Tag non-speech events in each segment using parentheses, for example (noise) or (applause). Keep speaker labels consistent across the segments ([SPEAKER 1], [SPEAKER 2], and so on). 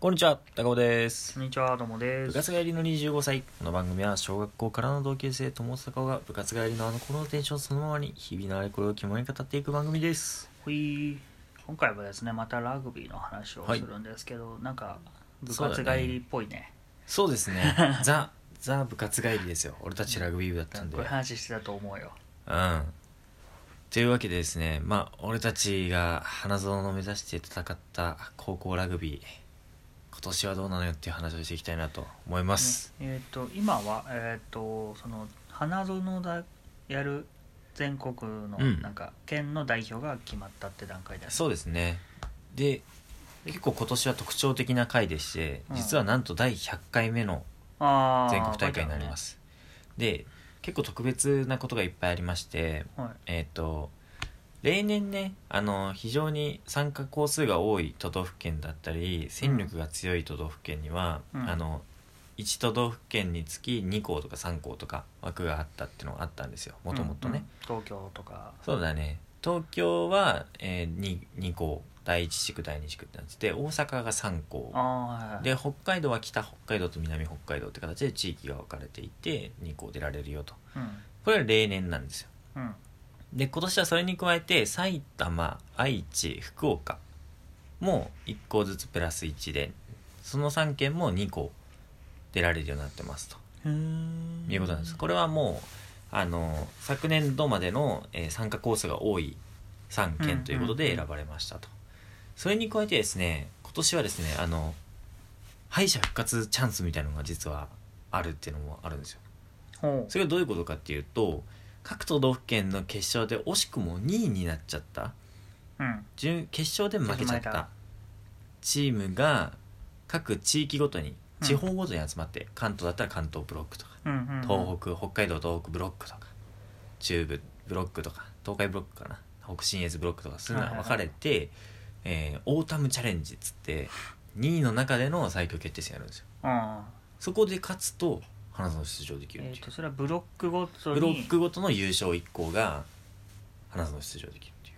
[SPEAKER 1] こんにちは、高尾です
[SPEAKER 2] こ。んにちは、どうもで
[SPEAKER 1] 部活
[SPEAKER 2] す。
[SPEAKER 1] 帰りの25歳。この番組は小学校からの同級生、友坂が部活帰りのあの頃のテンションそのままに、日々のあれこれを肝に語っていく番組です。
[SPEAKER 2] ほい今回はですね、またラグビーの話をするんですけど、なんか部活帰りっぽいね。
[SPEAKER 1] そうですね。 (laughs) ザ、ザ部活帰りですよ。俺たちラグビー部だったんで。
[SPEAKER 2] こういう話してたと思うよ。
[SPEAKER 1] うん。というわけでですね、まあ、俺たちが花園の目指して戦った高校ラグビー、今年はどうなのよっていう話をしていきたいなと思います。
[SPEAKER 2] ねえっ、と今はえっ、とその花園だやる全国の
[SPEAKER 1] うん
[SPEAKER 2] なんか県の代表が決まったって段階だよね。
[SPEAKER 1] そうですね。で、結構今年は特徴的な回でして、
[SPEAKER 2] うん
[SPEAKER 1] 実はなんと第100回目の
[SPEAKER 2] あー
[SPEAKER 1] 全国大会になりま。す。で、結構特別なことがいっぱいありまして、
[SPEAKER 2] 書いてあるねはい。
[SPEAKER 1] えっ、と例年ねあの非常に参加校数が多い都道府県だったり戦力が強い都道府県には、
[SPEAKER 2] うん
[SPEAKER 1] あの1都道府県につき2校とか3校とか枠があったっていうのがあったんですよもともとね、
[SPEAKER 2] うんうん東京とか。
[SPEAKER 1] そうだね東京は、え 2, 2校第1地区第2地区ってなってて大阪が3校
[SPEAKER 2] あーはいはい。
[SPEAKER 1] で北海道は北北海道と南北海道って形で地域が分かれていて2校出られるよと
[SPEAKER 2] うん
[SPEAKER 1] これは例年なんですよ
[SPEAKER 2] うん
[SPEAKER 1] で今年はそれに加えて埼玉愛知福岡も1校ずつプラス1でその3県も2校出られるようになってますと
[SPEAKER 2] ふーん
[SPEAKER 1] いうことなんですこれはもうあの昨年度までの、えー参加コースが多い3県ということ
[SPEAKER 2] うん
[SPEAKER 1] で
[SPEAKER 2] うんうん
[SPEAKER 1] 選ばれましたと、それに加えてですね今年はですねあの敗者復活チャンスみたいなのが実はあるっていうのもあるんですよ
[SPEAKER 2] ほう
[SPEAKER 1] それはどういうことかっていうと各都道府県の決勝で惜しくも2位になっちゃった
[SPEAKER 2] うん
[SPEAKER 1] 準決勝で負けちゃっ
[SPEAKER 2] ち
[SPEAKER 1] た
[SPEAKER 2] ょっと負けた
[SPEAKER 1] チームが各地域ごとに地方ごとに集まって、関東だったら関東ブロックとか
[SPEAKER 2] うんうんうん
[SPEAKER 1] 東北、北海道東北ブロックとか中部ブロックとか東海ブロックかな北信越ブロックとかそういうのが分かれて、えーオータムチャレンジっつって2位の中での最強決定戦やるんですよ
[SPEAKER 2] うん
[SPEAKER 1] そこで勝つと花園出場できるっていう
[SPEAKER 2] えー、とそれはブロックごとに
[SPEAKER 1] ブロックごとの優勝1校が花園出場できるっていう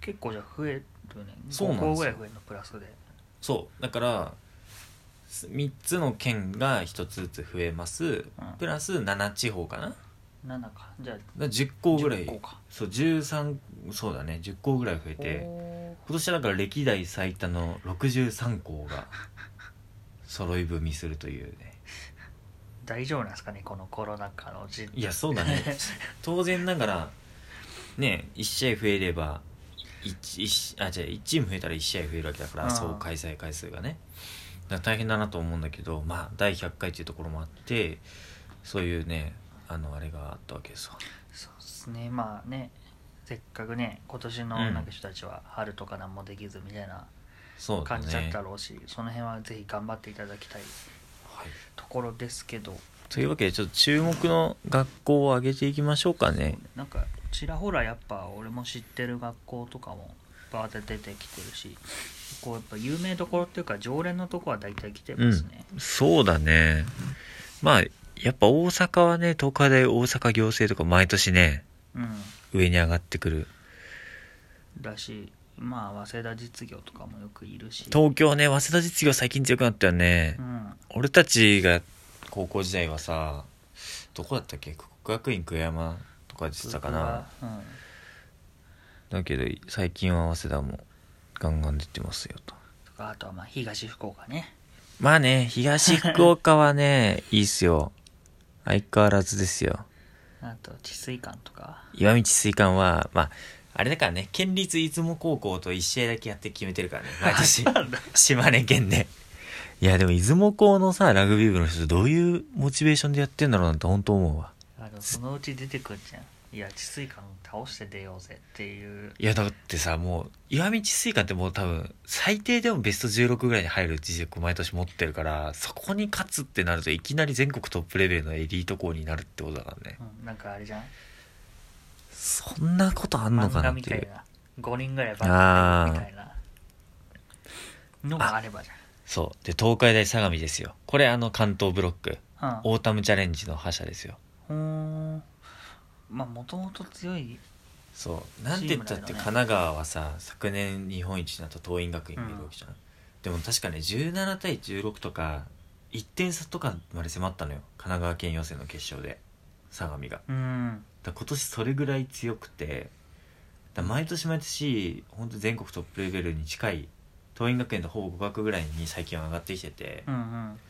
[SPEAKER 2] 結構じゃあ増えるね
[SPEAKER 1] そうなんですよ
[SPEAKER 2] 5校ぐらい増えるのプラスで
[SPEAKER 1] そうだから3つの県が1つずつ増えますプラス7地方かなだか
[SPEAKER 2] 7かじゃあ
[SPEAKER 1] ら10校ぐらい
[SPEAKER 2] 10校か
[SPEAKER 1] そう13そうだね10校ぐらい増えて
[SPEAKER 2] お
[SPEAKER 1] 今年はだから歴代最多の63校が揃い踏みするというね
[SPEAKER 2] ー大丈夫なんですかねこのコロナ禍の時
[SPEAKER 1] いやそうだね当然ながらね1試合増えれば 1, あじゃあ1チーム増えたら1試合増えるわけだか
[SPEAKER 2] う
[SPEAKER 1] ら
[SPEAKER 2] ん
[SPEAKER 1] 総開催回数がねだから大変だなと思うんだけどまあ第100回というところもあってそういうねあのあれがあったわけですわ
[SPEAKER 2] (laughs) そうですねまあねせっかくね今年の
[SPEAKER 1] うん
[SPEAKER 2] なんか人たちは春とか何もできずみたいな
[SPEAKER 1] そうだ
[SPEAKER 2] 感
[SPEAKER 1] ね
[SPEAKER 2] じだったろうし、その辺はぜひ頑張っていただきたい
[SPEAKER 1] はい、
[SPEAKER 2] ところですけど
[SPEAKER 1] というわけでちょっと注目の学校を上げていきましょうかね
[SPEAKER 2] なんかちらほらやっぱ俺も知ってる学校とかもバーって出てきてるしこうやっぱ有名どころっていうか常連のとこは大体来てますね、
[SPEAKER 1] そうだねまあやっぱ大阪はね東海大大阪行政とか毎年ね
[SPEAKER 2] うん、
[SPEAKER 1] 上に上がってくる
[SPEAKER 2] だしまあ早稲田実業とかもよくいるし
[SPEAKER 1] 東京ね早稲田実業最近強くなったよね、
[SPEAKER 2] うん
[SPEAKER 1] 俺たちが高校時代はさどこだったっけ国学院久我山とかでしたかな
[SPEAKER 2] 僕はうん
[SPEAKER 1] だけど最近は早稲田もガンガン出てますよと
[SPEAKER 2] とかあとはまあ東福岡ね
[SPEAKER 1] まあね東福岡はねいいっすよ相変わらずですよ
[SPEAKER 2] あと治水館とか
[SPEAKER 1] 岩道水管はまああれだからね県立出雲高校と1試合だけやって決めてる (laughs) からね毎
[SPEAKER 2] (laughs)
[SPEAKER 1] 年島根県でいやでも出雲高のさラグビー部の人どういうモチベーションでやってんだろうなって本当思うわ
[SPEAKER 2] あのそのうち出てくるじゃんいや治水館倒して出ようぜっていう
[SPEAKER 1] いやだってさもう岩道水管ってもう多分最低でもベスト16ぐらいに入る実力を毎年持ってるからそこに勝つってなるといきなり全国トップレベルのエリート校になるってことだからね
[SPEAKER 2] うんなんかあれじゃん
[SPEAKER 1] そんなことあんの
[SPEAKER 2] 漫
[SPEAKER 1] かな
[SPEAKER 2] 画
[SPEAKER 1] っ
[SPEAKER 2] み
[SPEAKER 1] て
[SPEAKER 2] た
[SPEAKER 1] い
[SPEAKER 2] いうな5人ぐらいバッみたいなのがあればじ
[SPEAKER 1] そうで東海大相模ですよこれあの関東ブロック
[SPEAKER 2] ゃんうん
[SPEAKER 1] オータムチャレンジの覇者ですよ
[SPEAKER 2] ほーんまあもともと強い
[SPEAKER 1] そうなんて言ったって
[SPEAKER 2] チー
[SPEAKER 1] 神
[SPEAKER 2] ムだよね
[SPEAKER 1] 奈川はさ昨年日本一になった桐蔭学院がいるわけじゃん、でも確かね17対16とか1点差とかまで迫ったのよ神奈川県予選の決勝で相模が
[SPEAKER 2] うん
[SPEAKER 1] だ今年それぐらい強くてだ毎年毎年本当全国トップレベルに近い桐蔭学園とほぼ互角ぐらいに最近は上がってきてて、
[SPEAKER 2] うんうん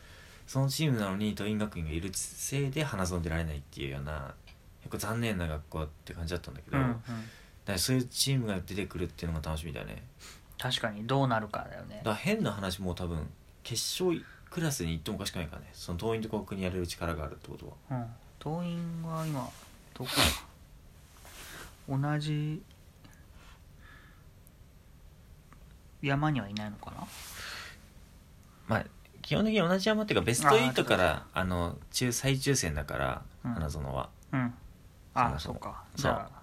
[SPEAKER 1] そのチームなのに桐蔭学院がいるせいで花園出られないっていうような結構残念な学校って感じだったんだけど、
[SPEAKER 2] うんうん
[SPEAKER 1] だからそういうチームが出てくるっていうのが楽しみだよね
[SPEAKER 2] 確かにどうなるかだよね
[SPEAKER 1] だから変な話もう多分決勝クラスに行ってもおかしくないからねその桐蔭と国にやれる力があるってことは
[SPEAKER 2] うん桐蔭は今どこ同じ山にはいないのかな
[SPEAKER 1] まあ基本的に同じ山っていうかベスト
[SPEAKER 2] あー
[SPEAKER 1] 8からあの中最抽選だから、
[SPEAKER 2] うん
[SPEAKER 1] 花園は
[SPEAKER 2] うんあ
[SPEAKER 1] そ
[SPEAKER 2] そ
[SPEAKER 1] そう
[SPEAKER 2] ううか
[SPEAKER 1] そう
[SPEAKER 2] じゃあ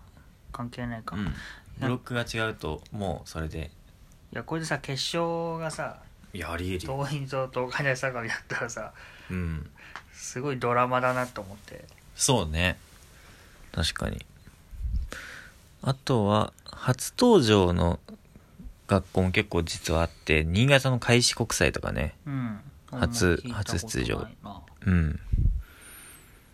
[SPEAKER 2] 関係ないか、
[SPEAKER 1] う
[SPEAKER 2] い
[SPEAKER 1] んブロックが違うともうそれで
[SPEAKER 2] やこれでさ決勝がさ
[SPEAKER 1] いやありえるよ
[SPEAKER 2] 桐蔭と東海大相模だったらさ
[SPEAKER 1] うん
[SPEAKER 2] すごいドラマだなと思って
[SPEAKER 1] そうね確かにあとは初登場の学校も結構実はあって新潟の開志国際とかね
[SPEAKER 2] うん
[SPEAKER 1] 初
[SPEAKER 2] あんま聞いたこと
[SPEAKER 1] 初出場
[SPEAKER 2] ないな
[SPEAKER 1] うん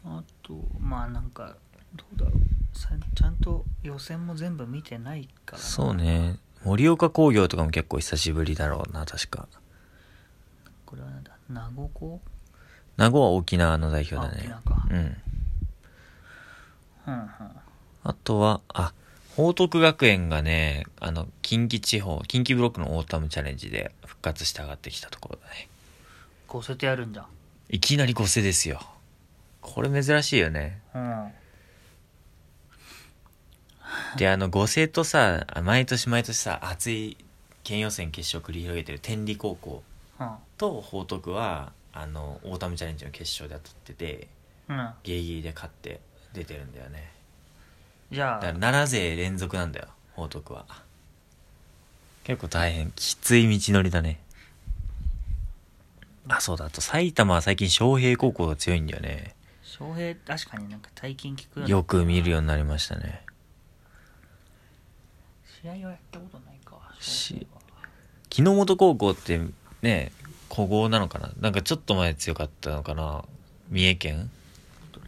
[SPEAKER 2] あとまあなんかどうだろうさちゃんと予選も全部見てないからな
[SPEAKER 1] そうね盛岡工業とかも結構久しぶりだろうな確か
[SPEAKER 2] これはなんだ名護校
[SPEAKER 1] 名護は沖縄の代表だ
[SPEAKER 2] あ沖
[SPEAKER 1] ね
[SPEAKER 2] 縄か
[SPEAKER 1] うん
[SPEAKER 2] うんうん
[SPEAKER 1] あとは、あ、報徳学園がね、あの、近畿地方、近畿ブロックのオータムチャレンジで復活して上がってきたところだね。
[SPEAKER 2] こうせてやるんだ
[SPEAKER 1] いきなり5世ですよ。これ珍しいよね。
[SPEAKER 2] うん
[SPEAKER 1] で、あの、5世とさ、あ毎年毎年さ、熱い県予選決勝繰り広げてる天理高校
[SPEAKER 2] うん
[SPEAKER 1] と報徳は、あの、オータムチャレンジの決勝で当たってて、
[SPEAKER 2] うん
[SPEAKER 1] ギリギリで勝って出てるんだよね。
[SPEAKER 2] じゃ
[SPEAKER 1] だから
[SPEAKER 2] あ
[SPEAKER 1] 奈良勢連続なんだよ、報徳は。結構大変、きつい道のりだね。あ、そうだ、あと埼玉は最近昌平高校が強いんだよね。
[SPEAKER 2] 翔平確かになんか最近聞くような
[SPEAKER 1] よく見るようになりましたね。
[SPEAKER 2] 試合はやったことないか
[SPEAKER 1] し
[SPEAKER 2] 翔平は
[SPEAKER 1] 木之本高校ってね、古豪なのかななんかちょっと前強かったのかな三重県
[SPEAKER 2] どれ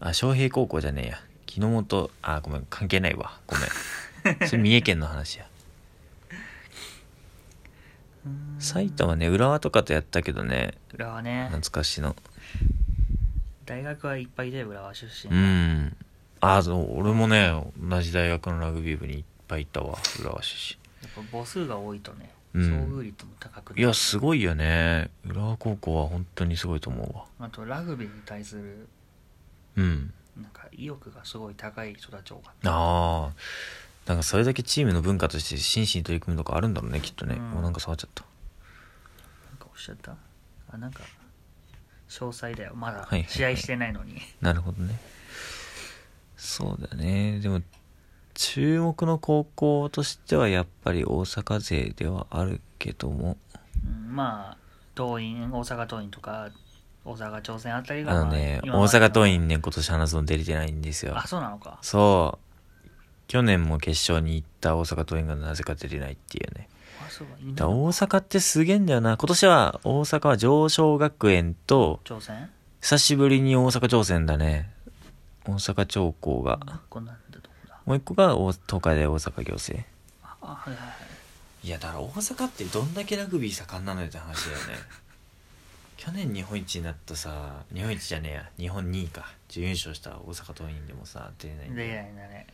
[SPEAKER 1] あ、昌平高校じゃねえや。木之本、あ、ごめん、関係ないわ。ごめん。それ三重県の話や。
[SPEAKER 2] うーん
[SPEAKER 1] 埼玉ね、浦和とかとやったけどね、
[SPEAKER 2] 浦和ね
[SPEAKER 1] 懐かしの。
[SPEAKER 2] 大学はいっぱいで浦和出身
[SPEAKER 1] うん。あ、そう、俺もね、同じ大学のラグビー部にいっぱいいたわ、浦和出
[SPEAKER 2] やっぱ母数が多いとね
[SPEAKER 1] うん
[SPEAKER 2] 遭遇率も高くな
[SPEAKER 1] 身。い
[SPEAKER 2] る
[SPEAKER 1] や、すごいよね。浦和高校は本当にすごいと思うわ。
[SPEAKER 2] あとラグビーに対する
[SPEAKER 1] うん。
[SPEAKER 2] なんか意欲がすごい高い人たちが多かっ
[SPEAKER 1] ああ。なんかそれだけチームの文化として真摯に取り組むとかあるんだろうね、きっとね。
[SPEAKER 2] うん
[SPEAKER 1] もうなんか触っちゃった。
[SPEAKER 2] たなんかおっしゃったあなんか詳細だよまだ
[SPEAKER 1] はいはいはい
[SPEAKER 2] 試合してないのに、 (laughs)
[SPEAKER 1] なるほどね。そうだね。でも、注目の高校としてはやっぱり大阪勢ではあるけども、
[SPEAKER 2] うんまあ桐蔭大阪桐蔭とか大阪朝鮮あたりが、
[SPEAKER 1] あのね、大
[SPEAKER 2] まあ
[SPEAKER 1] 阪桐蔭ね、今年花園出れてないんですよ。
[SPEAKER 2] あそうなのか
[SPEAKER 1] そう去年も決勝に行った大阪桐蔭がなぜか出れないっていうね
[SPEAKER 2] あそうかいいん
[SPEAKER 1] だ
[SPEAKER 2] だ
[SPEAKER 1] から大阪ってすげえんだよな今年は大阪は常昌学園と
[SPEAKER 2] 朝鮮
[SPEAKER 1] 久しぶりに大阪朝鮮だね大阪長工が
[SPEAKER 2] あこんなんだどこだ
[SPEAKER 1] もう一個が大東海大大阪行政
[SPEAKER 2] ああはいはいはい
[SPEAKER 1] いやだから大阪ってどんだけラグビー盛んなのよって話だ (laughs) よね去年日本一になったさ日本一じゃねえや日本2位か準優勝した大阪桐蔭でもさ出れないんだ
[SPEAKER 2] 出
[SPEAKER 1] よ
[SPEAKER 2] ないんだね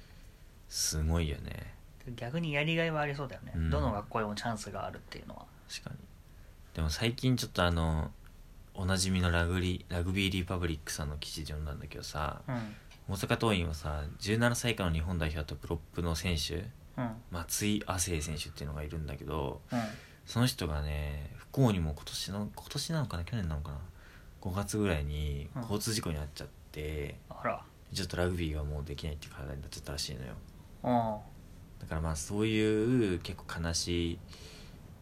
[SPEAKER 1] すごいよね
[SPEAKER 2] 逆にやりがいはありそうだよね、
[SPEAKER 1] うん
[SPEAKER 2] どの学校でもチャンスがあるっていうのは
[SPEAKER 1] 確かにでも最近ちょっとあのおなじみのラグリラグビーリパブリックさんの記事で読んだんだけどさ
[SPEAKER 2] うん
[SPEAKER 1] 大阪桐蔭はさ17歳以下の日本代表とプロップの選手
[SPEAKER 2] うん
[SPEAKER 1] 松井亜生選手っていうのがいるんだけど
[SPEAKER 2] うん
[SPEAKER 1] その人がね不幸にも今年の今年なのかな去年なのかな5月ぐらいに
[SPEAKER 2] うん
[SPEAKER 1] 交通事故に遭っちゃって、
[SPEAKER 2] あら
[SPEAKER 1] ちょっとラグビーがもうできないっていう体になっちゃったらしいのよ
[SPEAKER 2] うん
[SPEAKER 1] だからまあそういう結構悲しい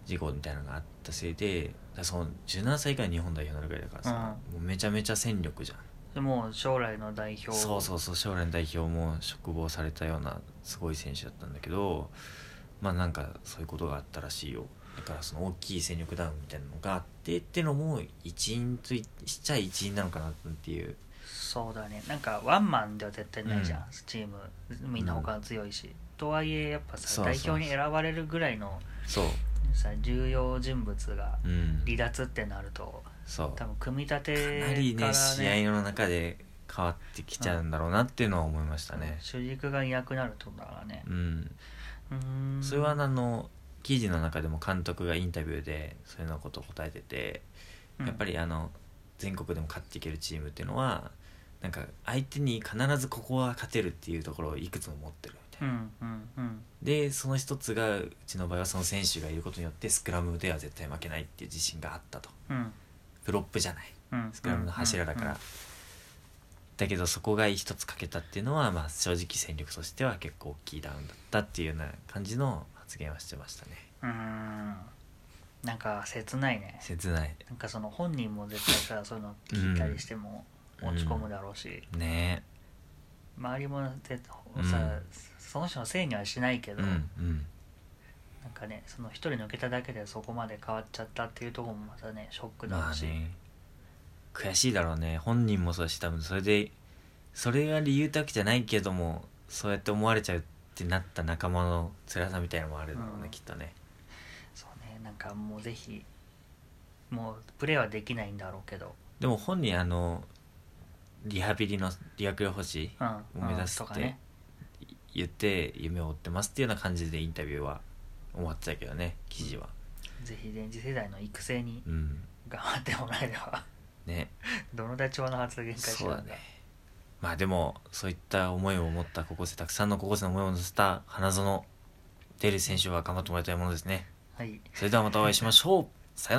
[SPEAKER 1] 事故みたいなのがあったせいでだからその17歳以下の日本代表になるぐらいだからさ、もうめちゃめちゃ戦力じゃん
[SPEAKER 2] でもう将来の代表
[SPEAKER 1] そうそうそう将来の代表も嘱望されたようなすごい選手だったんだけどまあなんかそういうことがあったらしいよだからその大きい戦力ダウンみたいなのがあってってのも一因といしちゃ一因なのかなっていう
[SPEAKER 2] そうだねなんかワンマンでは絶対ないじゃん、
[SPEAKER 1] うん
[SPEAKER 2] チームみんな他強いし、とはいえやっぱさ
[SPEAKER 1] そうそうそう
[SPEAKER 2] 代表に選ばれるぐらいの
[SPEAKER 1] そう
[SPEAKER 2] さ重要人物が
[SPEAKER 1] うん
[SPEAKER 2] 離脱ってなると
[SPEAKER 1] そう
[SPEAKER 2] 多分組み立
[SPEAKER 1] か
[SPEAKER 2] て
[SPEAKER 1] なり
[SPEAKER 2] から
[SPEAKER 1] ね試合の中で変わってきちゃうんだろうなっていうのは思いましたね
[SPEAKER 2] 主軸がいなくなるとだからね
[SPEAKER 1] うん
[SPEAKER 2] うーん
[SPEAKER 1] それはあの記事の中でも監督がインタビューでそういうようなことを答えてて
[SPEAKER 2] うん
[SPEAKER 1] やっぱりあの全国でも勝っていけるチームっていうのはなんか相手に必ずここは勝てるっていうところをいくつも持ってるみた
[SPEAKER 2] う
[SPEAKER 1] いな、
[SPEAKER 2] んうんうん
[SPEAKER 1] でその一つがうちの場合はその選手がいることによってスクラムでは絶対負けないっていう自信があったと
[SPEAKER 2] うん
[SPEAKER 1] フロップじゃない
[SPEAKER 2] うん
[SPEAKER 1] スクラムの柱だから、だけどそこが一つ欠けたっていうのは、まあ、正直戦力としては結構大きいダウンだったっていうような感じの発言はしてましたね
[SPEAKER 2] うんうんなんか切ないね
[SPEAKER 1] 切ない
[SPEAKER 2] なんかその本人も絶対さそういうの聞いたりしても
[SPEAKER 1] うん
[SPEAKER 2] 落ち込むだろうし、
[SPEAKER 1] ね
[SPEAKER 2] 周りも絶
[SPEAKER 1] うん
[SPEAKER 2] さ、その人のせいにはしないけ
[SPEAKER 1] え
[SPEAKER 2] ど、
[SPEAKER 1] うんうん
[SPEAKER 2] なんかねその一人抜けただけでそこまで変わっちゃったっていうところもまたねショックだ
[SPEAKER 1] まあ
[SPEAKER 2] し、
[SPEAKER 1] ね悔しいだろうね本人もそうだし多分それでそれが理由だけじゃないけどもそうやって思われちゃうってなった仲間の辛さみたいなのもあるだろうね、
[SPEAKER 2] うん
[SPEAKER 1] きっとね
[SPEAKER 2] そうねなんかもうぜひもうプレーはできないんだろうけど、
[SPEAKER 1] でも本人あのリハビリの理学療法士
[SPEAKER 2] うん
[SPEAKER 1] を目指す
[SPEAKER 2] うん
[SPEAKER 1] っ
[SPEAKER 2] とか
[SPEAKER 1] て
[SPEAKER 2] ね
[SPEAKER 1] 言って夢を追ってますっていうような感じでインタビューは終わっちゃうけどね記事は
[SPEAKER 2] ぜひ電磁世代の育成に
[SPEAKER 1] うん
[SPEAKER 2] 頑張ってもらえれば (laughs)
[SPEAKER 1] ね
[SPEAKER 2] どの立場の発言かし
[SPEAKER 1] そう
[SPEAKER 2] ら
[SPEAKER 1] だねまあでもそういった思いを持った高校生たくさんの高校生の思いを乗せた花園出る選手は頑張ってもらいたいものですね
[SPEAKER 2] はい
[SPEAKER 1] それではまたお会いしましょう